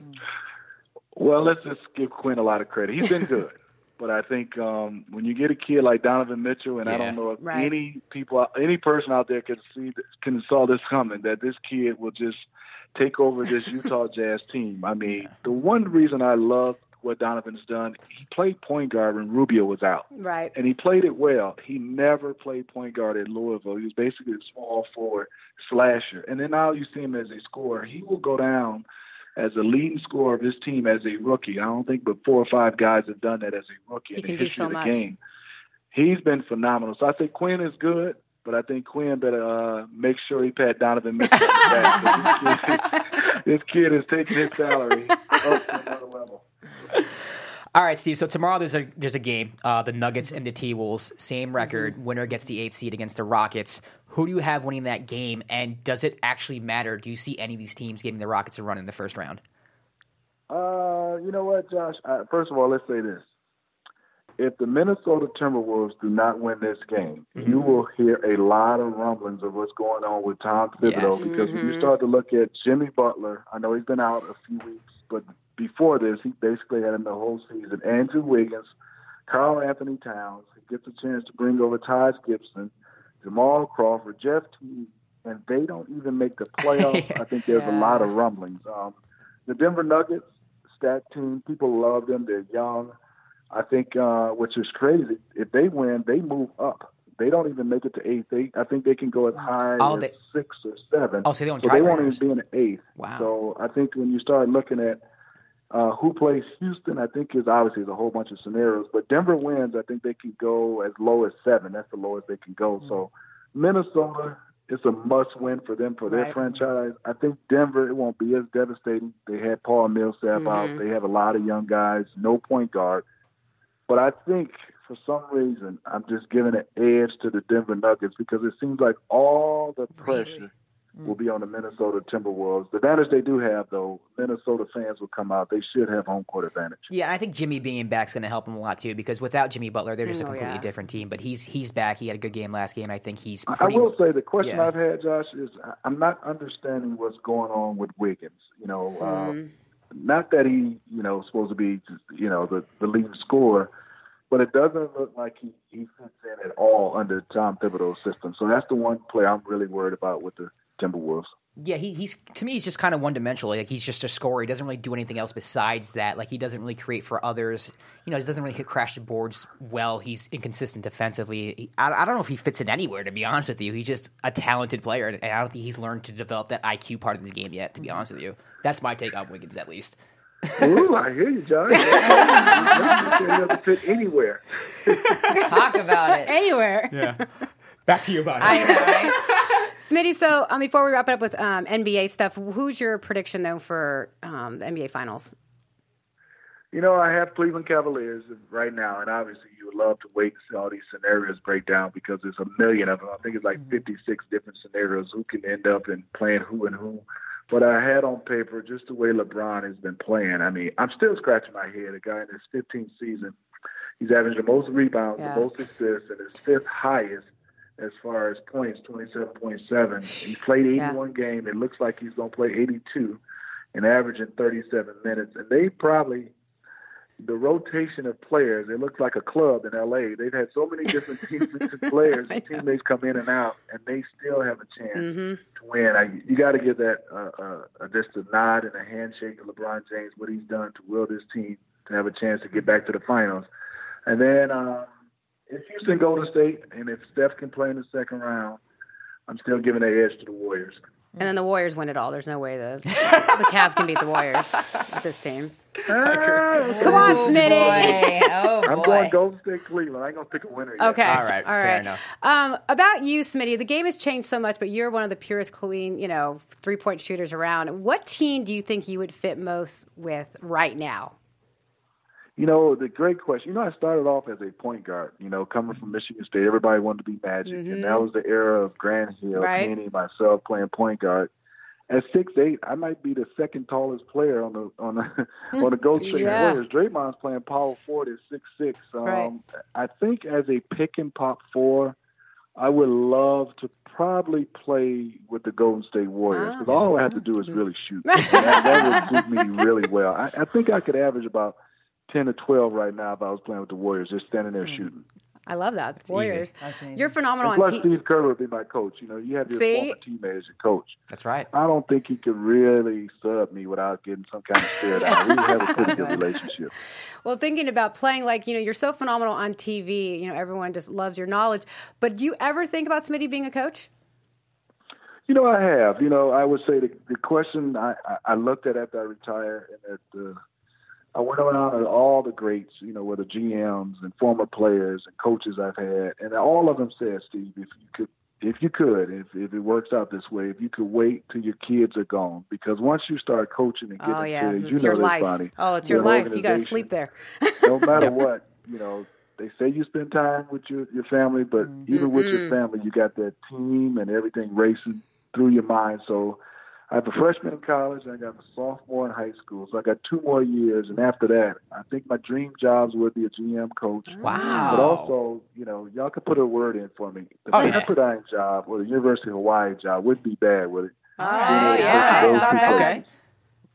Well, let's just give Quinn a lot of credit. He's been good. But I think um, when you get a kid like Donovan Mitchell, and I
Yeah.
don't know if
Right.
any people, any person out there can see, can saw this coming that this kid will just take over this Utah Jazz team. I mean, the one reason I love what Donovan's done, he played point guard when Rubio was out
Right.
and he played it well. He never played point guard at Louisville. He was basically a small forward slasher. And then now you see him as a scorer. He will go down as the leading scorer of his team as a rookie. I don't think but four or five guys have done that as a rookie
He
in
can
the
do
history
so
of the
much.
game. He's been phenomenal. So I think Quinn is good, but I think Quinn better uh, make sure he pat Donovan Mitchell. on the back. this, kid, this kid is taking his salary up to another level.
All right, Steve. So tomorrow there's a there's a game. Uh, the Nuggets and the T Wolves, same record.
Mm-hmm.
Winner gets the eighth seed against the Rockets. Who do you have winning that game? And does it actually matter? Do you see any of these teams giving the Rockets a run in the first round?
Uh, you know what, Josh? Uh, first of all, let's say this. if the Minnesota Timberwolves do not win this game, you will hear a lot of rumblings of what's going on with Tom Thibodeau
Yes.
because when you start to look at Jimmy Butler, I know he's been out a few weeks, but before this, he basically had him the whole season. Andrew Wiggins, Carl Anthony Towns, he gets a chance to bring over Taj Gibson, Jamal Crawford, Jeff Teague, and they don't even make the playoffs. I think there's a lot of rumblings. Um, the Denver Nuggets, stat team, people love them. They're young. I think, uh, which is crazy. If they win, they move up. They don't even make it to eighth. They, I think they can go as high
Oh,
as
they-
six or seven.
Oh, so they don't
they won't
tiebreakers.
even be in the eighth.
Wow.
So I think when you start looking at uh, who plays Houston, I think is obviously there's a whole bunch of scenarios. But Denver wins, I think they can go as low as seven. That's the lowest they can go. So Minnesota, it's a must win for them for their
Right.
franchise. I think Denver, it won't be as devastating. They had Paul Millsap out. They have a lot of young guys, no point guard. But I think for some reason, I'm just giving an edge to the Denver Nuggets because it seems like all the pressure will be on the Minnesota Timberwolves. The advantage they do have, though, Minnesota fans will come out. They should have home court advantage.
Yeah, and I think Jimmy being back's going to help him a lot too because without Jimmy Butler, they're just a
Oh,
completely
yeah.
different team. But he's he's back. He had a good game last game. I think he's
I-
pretty.
I will say the question
yeah.
I've had, Josh, is I- I'm not understanding what's going on with Wiggins. You know, um, not that he, you know, supposed to be, just, you know, the, the leading scorer, but it doesn't look like he, he fits in at all under Tom Thibodeau's system. So that's the one play I'm really worried about with the Timberwolves.
Yeah, he, he's to me he's just kind of one dimensional. Like he's just a scorer. He doesn't really do anything else besides that. Like he doesn't really create for others. You know, he doesn't really hit crash the boards well. He's inconsistent defensively. He, I, I don't know if he fits in anywhere. To be honest with you, he's just a talented player, and I don't think he's learned to develop that IQ part of the game yet. To be honest with you, that's my take on Wiggins at least.
Ooh, I hear you, Josh. he doesn't fit anywhere.
Talk about it.
Anywhere.
Back to you, Bonnie.
I know, right?
Smitty, so um, before we wrap it up with um, NBA stuff, who's your prediction though for um, the NBA Finals?
You know, I have Cleveland Cavaliers right now, and obviously you would love to wait to see all these scenarios break down because there's a million of them. I think it's like 56 different scenarios who can end up and playing who and who. But I had on paper just the way LeBron has been playing. I mean, I'm still scratching my head. A guy in his 15th season, he's averaging the most rebounds,
Yeah.
the most assists, and his fifth highest as far as points, 27.7. He played 81 games. It looks like he's going to play 82 and averaging 37 minutes. And they probably the rotation of players. It looks like a club in LA. They've had so many different teams and players and teammates come in and out, and they still have a chance to win. I, you got to give that uh, uh, just a nod and a handshake to LeBron James, what he's done to will this team to have a chance to get back to the finals. And then um, if Houston go to state, and if Steph can play in the second round, I'm still giving the edge to the Warriors.
And then the Warriors win it all. There's no way the the Cavs can beat the Warriors with this team. Come on, Smitty.
Oh, Boy. Oh, boy.
Ah, I'm going Golden State Cleveland. I ain't gonna pick a winner. Yet.
Okay.
All right,
All
fair
right.
enough.
Um, about you, Smitty, the game has changed so much, but you're one of the purest, clean, you know, three point shooters around. What team do you think you would fit most with right now?
You know, the great question. You know, I started off as a point guard. You know, coming from Michigan State, everybody wanted to be Magic, and that was the era of Grand Hill,
Mm-hmm. Right.
Kenny, myself playing point guard. At six eight, I might be the second tallest player on the on the on the Gold State
Yeah.
Warriors. Draymond's playing power forward at six six. Um,
Right.
I think as a pick and pop four, I would love to probably play with the Golden State
Ah.
Warriors because all I have to do
Mm-hmm.
is really shoot. that, that would suit me really well. I, I think I could average about ten to twelve right now if I was playing with the Warriors, just standing there shooting.
I love that. Warriors. You're phenomenal
And
Hmm. on
plus,
team.
Steve Kerr would be my coach. You know, you have your
See?
former teammate as your coach.
That's right.
I don't think he could really sub me without getting some kind of stare down. We have a pretty good relationship.
Well, thinking about playing, like, you know, you're so phenomenal on TV. You know, everyone just loves your knowledge. But do you ever think about Smitty being a coach?
You know, I have. You know, I would say the, the question I, I, I looked at after I retired and at the, I went around at all the greats, you know, whether GMs and former players and coaches I've had, and all of them said, Steve, if you could, if you could, if, if it works out this way, if you could wait till your kids are gone, because once you start coaching and getting
Oh, yeah.
kids, you
It's
know
your
this
life.
body.
Oh, it's your
Your
life. You got to
organization.
sleep there.
no matter what, you know, they say you spend time with your, your family, but
Mm-hmm.
even with your family, you got that team and everything racing through your mind. So I have a freshman in college. I got a sophomore in high school, so I got two more years. And after that, I think my dream jobs would be a GM coach.
Wow.
But also, you know, y'all could put a word in for me. The
Oh, yeah.
Pepperdine job or the University of Hawaii job wouldn't be bad, would it?
Oh,
yeah, it's not bad.
Okay.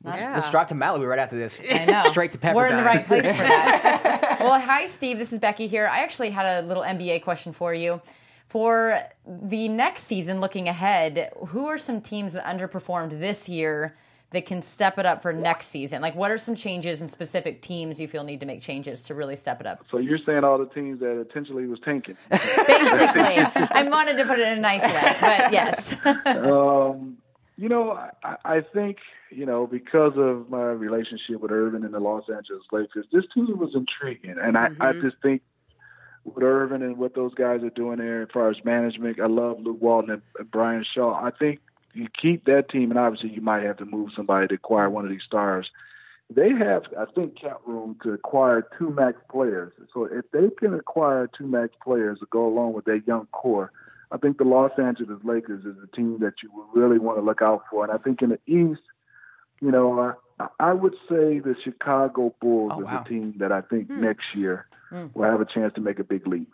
Let's, let's drop to Malibu right after this.
I know.
Straight to Pepperdine.
We're in the right place for that.
Well, hi, Steve. This is Becky here. I actually had a little NBA question for you. For the next season, looking ahead, who are some teams that underperformed this year that can step it up for next season? Like, what are some changes and specific teams you feel need to make changes to really step it up?
So you're saying all the teams that intentionally was tanking.
Basically, I wanted to put it in a nice way, but yes.
um, you know, I- I, I think you know because of my relationship with Irvin and the Los Angeles Lakers, this team was intriguing, and I, I just think with Irvin and what those guys are doing there as far as management, I love Luke Walton and, and Brian Shaw. I think you keep that team, and obviously you might have to move somebody to acquire one of these stars. They have, I think, cap room to acquire two max players. So if they can acquire two max players to go along with their young core, I think the Los Angeles Lakers is a team that you would really want to look out for. And I think in the East, you know, I, I would say the Chicago Bulls
Oh,
is
wow. Hmm.
a team that I think
Hmm.
next year will have a chance to make a big leap.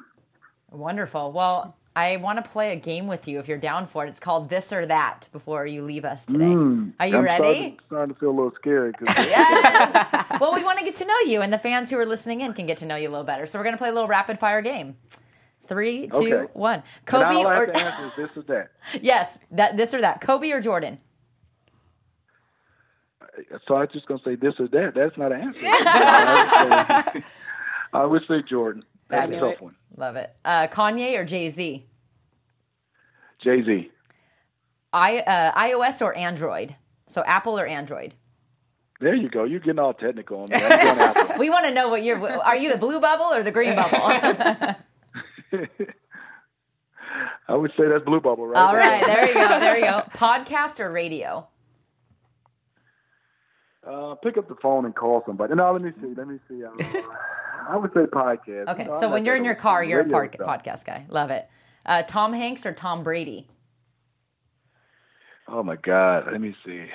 Wonderful. Well, I want to play a game with you if you're down for it. It's called This or That before you leave us today. Are you
Hmm. I'm
ready?
Starting, starting to feel a little scary. 'cause-
well, we want to get to know you, and the fans who are listening in can get to know you a little better. So we're going to play a little rapid fire game. Three, two, one.
Okay. and
Kobe
all I have
or
to answer is this or that.
yes, that this or that. Kobe or Jordan.
So I'm just going to say this or that. That's not an answer. I, would say, I would say Jordan. That's a tough one.
Love it. Uh, Kanye or Jay Z.
Jay Z.
I uh, iOS or Android. So Apple or Android.
There you go. You're getting all technical on me. I'm going Apple.
We want to know what you're. Are you the blue bubble or the green bubble?
I would say that's Blue Bubble, right?
All right, there you go. There you go. Podcast or radio.
Uh, pick up the phone and call somebody. No, let me see. Let me see. Uh, I would say podcast.
Okay,
You know,
so
I'm
when
not
you're in
that
your car, you're a
radio
pod-
stuff.
podcast guy. Love it. Uh, Tom Hanks or Tom Brady.
Oh my God! Let me see.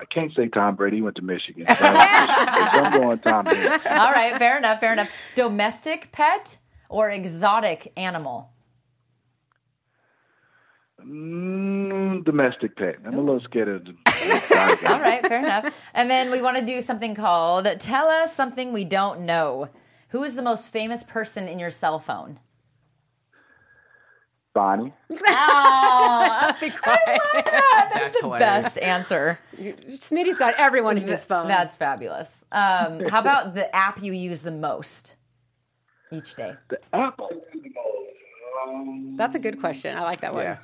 I can't say Tom Brady. He went to Michigan. So I'm going Tom Brady.
All right, fair enough, fair enough. Domestic pet or exotic animal?
Mm, domestic pet. I'm a little scared of. The-
All right, fair enough. And then we want to do something called Tell Us Something We Don't Know. Who is the most famous person in your cell phone?
Bonnie.
That's hilarious.
Best answer.
Smitty's got everyone in his phone.
That's fabulous. Um, how about the app you use the most each day?
The apple. Um,
That's a good question. I like that one.
Yeah.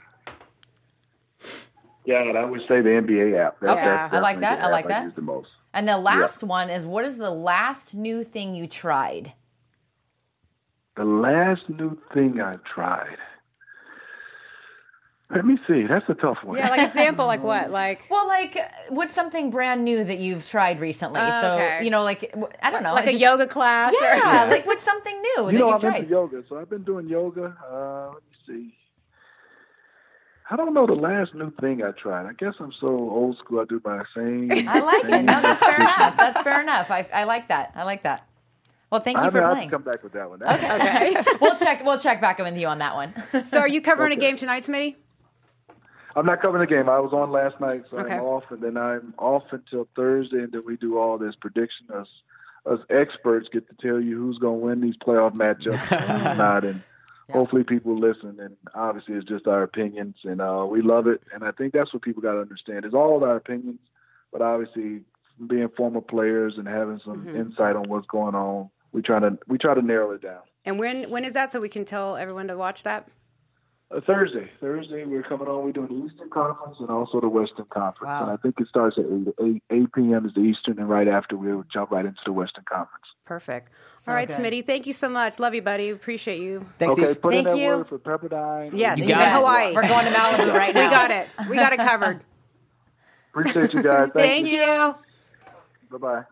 yeah, I would say the NBA app. That,
Okay.
that's
I like
definitely
that,
the
I
app
like that.
use the most.
And the last one is what is the last new thing you tried?
The last new thing I tried. Let me see. That's a tough one.
Yeah, like example, like what? Like
Well, like, uh, what's something brand new that you've tried recently?
Oh,
so,
okay.
you know, like, w- I don't know.
like
I
a
just-
yoga class? or-
Yeah, like, what's something new that
you know,
you've
I'm
tried?
into yoga, so I've been doing yoga. Uh, let me see. I don't know the last new thing I tried. I guess I'm so old school. I do my same.
I like it. No, that's fair enough. That's fair enough. I, I like that. I like that. Well, thank you
I
for
have
playing.
to come back with that one. That one.
We'll check. We'll check back in with you on that one.
so are you covering a game tonight, Smitty?
I'm not covering the game. I was on last night, so
Okay.
I'm off, and then I'm off until Thursday, and then we do all this prediction. Us, us experts get to tell you who's going to win these playoff matchups and who's not, and hopefully people listen. And obviously, it's just our opinions, and uh, we love it. And I think that's what people got to understand: is all our opinions, but obviously, being former players and having some insight on what's going on, we try to we try to narrow it down.
And when when is that so we can tell everyone to watch that?
Uh, Thursday. Thursday, we're coming on. We're doing the Eastern Conference and also the Western Conference. And I think it starts at 8, 8, 8 p.m. is the Eastern, and right after, we'll jump right into the Western Conference.
Perfect. All right, Smitty, thank you so much. Love you, buddy. Appreciate you.
Thanks,
okay,
Steve.
put in
Thank
that
you.
word for Pepperdine.
Yes,
You
you
got it.
Hawaii.
We're going to Malibu right now.
we got it. We got it covered.
Appreciate you guys. Thank,
Thank you.
Bye-bye.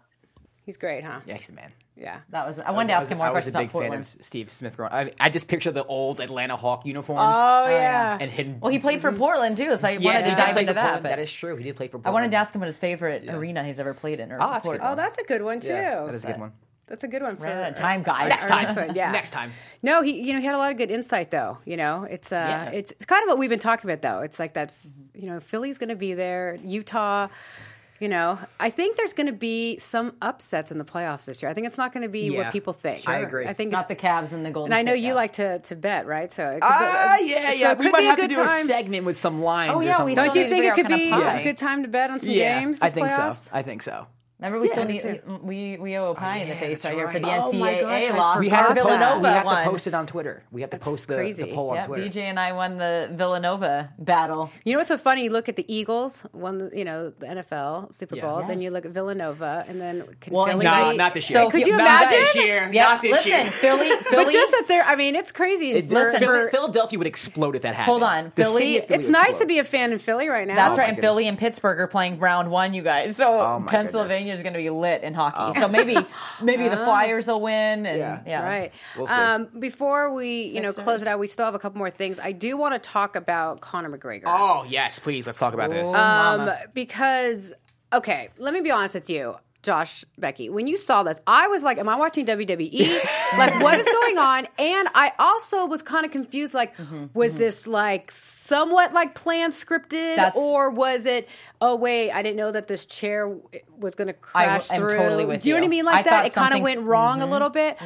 He's great, huh?
Thanks, man.
Yeah.
That was. I wanted to
I
ask
was-
him more
I was a
questions
big
about
fan
Portland.
of Steve Smith growing. I, mean, I just picture the old Atlanta Hawk uniforms
Oh yeah.
and hidden.
well, he played for Portland too, so I wanted to
he did
dive
play
into
for
that.
Portland.
But
that is true. He did play for. Portland.
I wanted to ask him what his favorite arena he's ever played in. Or
Oh, that's a good
Portland.
one.
Oh, that's a good one too.
Yeah, that is a good one.
That's a good one for
Ran out of time, guys.
Next time. Next one, yeah.
Next time.
No, he you know he had a lot of good insight though. You know, it's uh,
Yeah.
it's, it's kind of what we've been talking about though. It's like that, you know, Philly's going to be there, Utah. You know, I think there's going to be some upsets in the playoffs this year. I think it's not going to be
Yeah.
what people think.
I agree.
I think
Not the
it's,
Cavs and the Golden.
and I know
State,
you
yeah.
like to to bet, right? So it could be-
Ah,
it's-
yeah,
so
yeah.
it
we
could
might
be a
have
good
to do a
time.
segment with some lines.
Oh,
or
yeah,
something.
we still
Don't you
need to
think
figure
it
out
could
kind of
be
pie.
a good time to bet on some
yeah,
games?
I
this
think
playoffs?
so. I think so.
Remember, we still
me
need we we owe a pie in the face right here for the
Oh my
NCAA
gosh, I
loss.
We
forgot
have,
Our
to, po-
Villanova
we have
won.
to post it on Twitter. We have to post the,
crazy.
the poll on
Yeah,
Twitter.
BJ and I won the Villanova battle.
You know what's so funny? You look at the Eagles, won the, you know the NFL Super
Yeah.
Bowl. Then
Yes.
you look at Villanova, and then can
Well,
Philly
and
beat-
now-
No,
Like,
not this year.
so Could
you
not this
imagine?
year.
Yeah,
not this
listen,
year.
Philly, Philly.
But just that they're, I mean, it's crazy.
It-
Listen,
Phil-
for-
Philadelphia would explode if that happened.
Hold on,
The
Philly-
city of
it's
would
nice
explode.
to be a fan in Philly right now.
that's
Oh my
right. And
goodness.
Philly and Pittsburgh are playing round one, you guys. So
Oh, my Oh.
Pennsylvania is going to be lit in hockey. So maybe maybe the Flyers will win. And,
Ah. Yeah.
yeah.
Right.
We'll see.
Um, before we, you know, close
Sixers.
it out, we still have a couple more things. I do want to talk about Conor McGregor.
Oh yes, please let's talk about this.
Um, because okay, let me be honest with you, Josh, Becky. When you saw this, I was like, "Am I watching WWE? like, what is going on?" And I also was kind of confused. Like,
Mm-hmm,
was this like somewhat like planned, scripted,
That's-
or was it? Oh wait, I didn't know that this chair w- was going to crash
am
through.
totally with
Do you know what I
you.
mean? Like
I
that,
thought
it kind of
something's- Mm-hmm.
went wrong a little bit.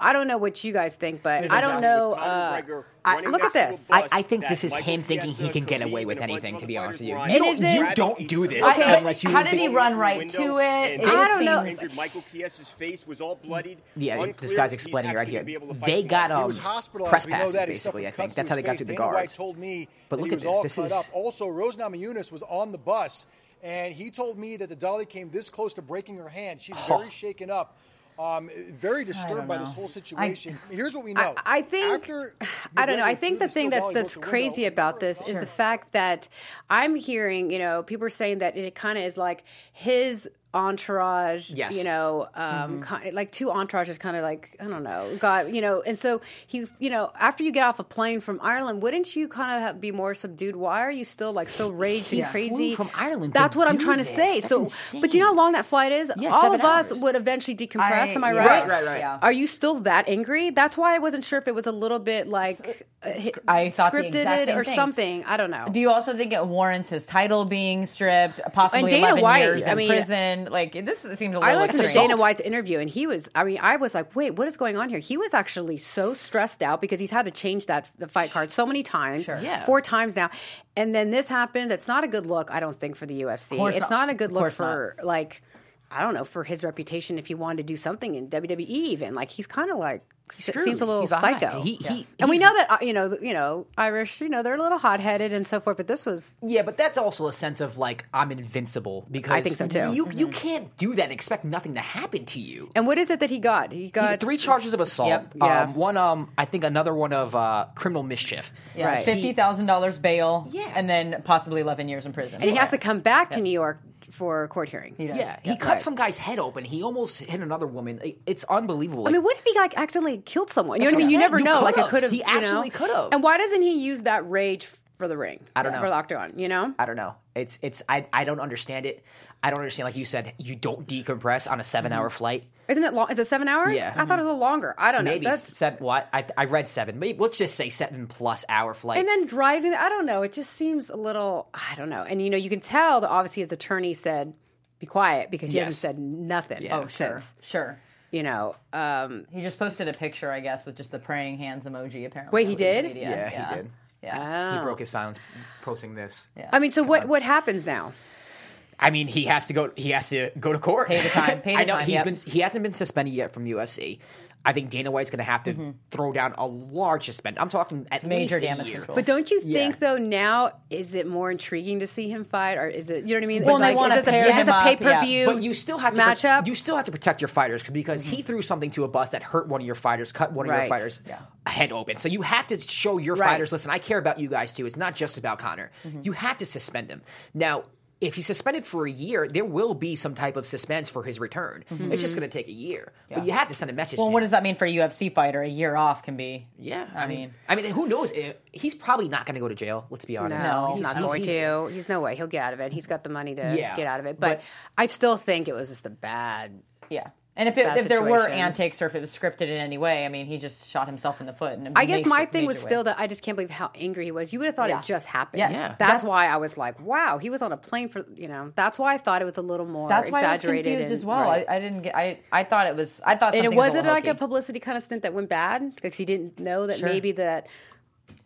I don't know what you guys think, but I don't know. Uh, I- look at this.
I, I think this is him thinking he can get away with anything. To be honest with you, you
And is
don't, you
it-
don't do this
Okay, but
unless you.
how did he
think-
run right to it? It
I don't know.
seems-
Injured Michael Chiesa's face was all bloodied.
Yeah,
unclear
this guy's
if he's
explaining it right
actually
here.
gonna be able to fight
They got
tomorrow.
um,
was hospitalized.
press
we know
passes,
that. He
basically.
suffered
I think
cuts
that's
to
how they
his
got through the
face. Dana White
guards.
told me
But
that
look
he
at
was
this.
all
This
cut
is-
up. Also, Rose Namajunas was on the bus, and he told me that the dolly came this close to breaking her hand. She's very shaken up. Um, very disturbed by this
know.
whole
I-
situation. Here's what we know.
I I think
After
I don't know. I
McGregor
think
threw
the thing
steel
that's
volley
that's
out the
crazy
window,
about
remember,
this is
Sure.
the fact that I'm hearing, you know, people are saying that it kind of is like his entourage,
Yes. Mm-hmm.
you know, um, ki- like two entourages kind of like, I don't know, got, you know, and so he, you know, after you get off a plane from Ireland, wouldn't you kind of have, be more subdued? Why are you still like so raging
He
crazy?
flew from Ireland to
That's what I'm
do
trying
this.
to say.
That's
so, but do you know how
insane.
long that flight is?
Yeah,
All
seven
of us
hours.
would eventually decompress.
I-
am I
yeah.
right?
Right, right, right.
Yeah.
Are you still that angry? That's why I wasn't sure if it was a little bit like uh, hi-
I thought the
scripted
exact
it
same
or
thing.
something. I don't know.
Do you also think it warrants his title being stripped, possibly
And Dana
11
White,
years
I
in
mean-
prison? Like this seems a
I
little
listened to
extreme.
Dana White's interview, and he was. I mean, I was like, "Wait, what is going on here?" He was actually so stressed out because he's had to change that the fight card so many times,
Yeah.
four times now, and then this happens. It's not a good look, I don't think, for the UFC.
course
It's
not.
not. a good
Of
look
course
for like, I don't know, for his reputation if he wanted to do something in WWE. Even like, he's kind of like se-
screwed.
seems a little
He's a hot-
psycho.
he- he-
and we
he's-
know that uh, you know, th- you know, Irish, you know, they're a little hot headed and so forth. But this was
Yeah, but that's also a sense of like I'm invincible because
think so, too.
You you can't do that. and Expect nothing to happen to you.
And what is it that he got? He
He
got
had three charges of assault.
Yep.
Yeah.
Um, one, um, I think another one of uh, criminal mischief.
Yeah,
Right.
fifty thousand dollars bail,
Yeah.
and then possibly eleven years in prison.
And he has to come back to New York for a court hearing.
does.
Yeah, he cut some guy's head open. He almost hit another woman. I- It's unbelievable.
I mean, what if he like accidentally killed someone? You know
That's
what I mean? You
what I'm
never
saying. You
know. Like I
could've.
could have.
He absolutely
you know?
could've.
And why doesn't he use that rage for the ring? I
don't know.
For the octagon, you know.
I don't know. It's it's I I don't understand it. I don't understand. Like you said, you don't decompress on a seven hour flight.
Isn't it long? Is it seven hours?
Yeah.
I thought it was a little longer. I don't
Maybe
know. That's
seven. Well, I I read seven. Maybe let's just say seven plus hour flight.
and then driving. I don't know. It just seems a little. I don't know. And you know, you can tell that obviously his attorney said, "Be quiet," because he
Yes.
hasn't said nothing.
Yeah.
Oh,
Oh,
sure, sure.
You know. Um,
He just posted a picture, I guess, with just the praying hands emoji. Apparently,
Wait, he
on social
did?
media.
yeah, he did.
Yeah. Oh.
He broke his silence posting this.
I mean, so what? What happens now?
I mean, he has to go. He has to go to court.
Pay the time, pay the
I know
time,
he's
yep.
been. He hasn't been suspended yet from UFC. I think Dana White's going to have to throw down a large suspend. I'm talking at
Mm-hmm.
least
Major
a
damage
year.
control.
But don't you think though now is it more intriguing to see him fight or is it you know what I mean?
Well,
It's
they
like,
wanna
is this
pair
a, is this
him
a
up, yeah.
pay per view?
But you still have to
match
pro-
up.
You still have to protect your fighters because he threw something to a bus that hurt one of your fighters, cut one of your
Mm-hmm. Right.
fighters head open. So you have to show your
Right. Mm-hmm.
fighters. Listen, I care about you guys too. It's not just about Connor. You have to suspend him now. if he's suspended for a year, there will be some type of suspense for his return.
Mm-hmm.
It's just going to take a year. But you have to send a message.
Well,
to
what
him.
does that mean for a UFC fighter? A year off can be.
Yeah,
I mean,
I mean, who knows? Eh, He's probably not going to go to jail. Let's be honest.
No, he's,
He's-
not
he's-
going
he's-
to. He's no way. He'll get out of it. He's got the money to
Yeah,
get out of it. But,
but-
I still think it was just a bad.
yeah. And if, it,
Bad
if there were
situation.
antics or if it was scripted in any way, I mean, he just shot himself in the foot. And
I guess my thing was still that I just can't believe how angry he was. You would have thought
Yeah.
it just happened.
Yes. Yeah.
That's, why I was like, wow, he was on a plane for, you know, that's why I thought it was a little more
That's why I was
exaggerated.
confused
and-
as well.
Right.
I, I didn't get. I I thought it was. I thought.
and
something
it was it
little
like a
hokey.
publicity kind of stint that went bad because he didn't know that maybe that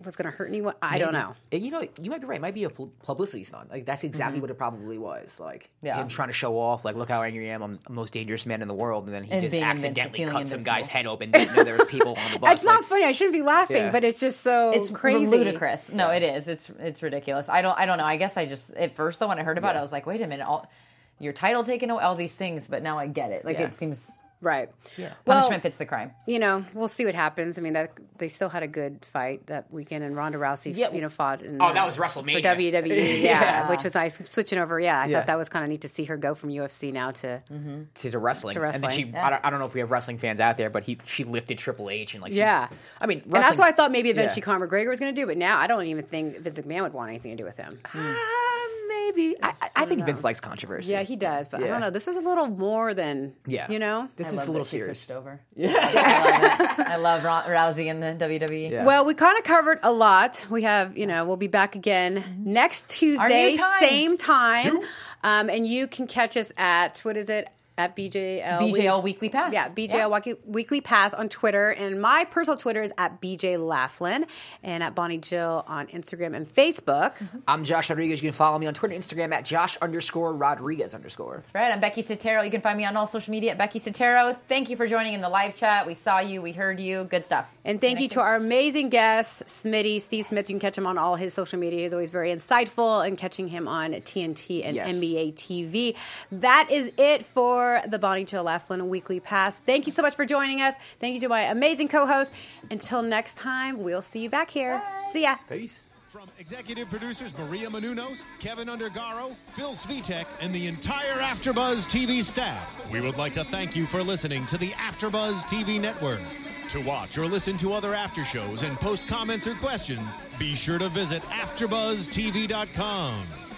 was going to hurt anyone. I don't know.
And you know, you might be right. It might be a pu- publicity stunt. Like that's
Mm-hmm.
exactly what it probably was. Like
Yeah.
him trying to show off, like look how angry I am. I'm the most dangerous man in the world, and then he
And
just
being
accidentally
invincible,
cut
feeling
some guy's
invincible.
head open. Didn't know there was people on the bus.
It's not
Like,
funny. I shouldn't be laughing,
Yeah.
but it's just so
It's
crazy.
ludicrous. No, it is. It's it's ridiculous. I don't I don't know. I guess I just at first though when I heard about it, I was like, wait a minute, all your title taken away, all these things. But now I get it. Like
Yeah.
it seems
Right. Yeah.
punishment fits the crime.
you know, we'll see what happens. I mean, that they still had a good fight that weekend, and Ronda Rousey,
Yeah.
you know, fought. In,
Oh, that was
for
WrestleMania.
WWE, yeah, which was nice. Switching over, yeah, I
Yeah. Mm-hmm.
thought that was kind of neat to see her go from UFC now to.
to the wrestling.
To
And then
wrestling.
she, I, don't, I don't know if we have wrestling fans out there, but he, she lifted Triple H and like, she-
Yeah.
I mean,
And that's
wrestling's-
what I thought maybe eventually
yeah.
Conor McGregor was going to do, but now I don't even think Vince McMahon would want anything to do with him. uh,
Ah, maybe. I, I- I think Vince likes controversy.
Yeah, he does, but I
Yeah.
don't know. This was a little more than,
Yeah.
you know?
This
I
is
love
a little
that she
serious.
switched over. Yeah, I love, it. I love Ron- Rousey in the E. WWE.
Yeah.
Well, we kind of covered a lot. We have, you know, we'll be back again next Tuesday,
Mm-hmm. time.
same time. Um, and you can catch us at, what is it? At BJL.
BJL
Week-
Weekly Pass.
Yeah, BJL Weekly- Weekly Pass on Twitter. And my personal Twitter is at BJ Laughlin and at Bonnie Jill on Instagram and Facebook.
Mm-hmm.
I'm Josh Rodriguez. You can follow me on Twitter and Instagram at Josh underscore Rodriguez underscore.
All right, I'm Becky Sotero. You can find me on all social media at Becky Sotero. Thank you for joining in the live chat. We saw you, we heard you. Good stuff.
And thank you to our amazing guests, Smitty, Steve Smith. You can catch him on all his social media. He's always very insightful and catching him on TNT and
Yes.
NBA TV. That is it for the Bonnie Jill Laughlin Weekly Pass. Thank you so much for joining us. Thank you to my amazing co host. Until next time, we'll see you back here. See ya.
Peace.
From executive producers Maria Manunos, Kevin Undergaro, Phil Svitek, and the entire AfterBuzz TV staff, we would like to thank you for listening to the AfterBuzz TV network. To watch or listen to other after shows and post comments or questions, be sure to visit AfterBuzzTV.com.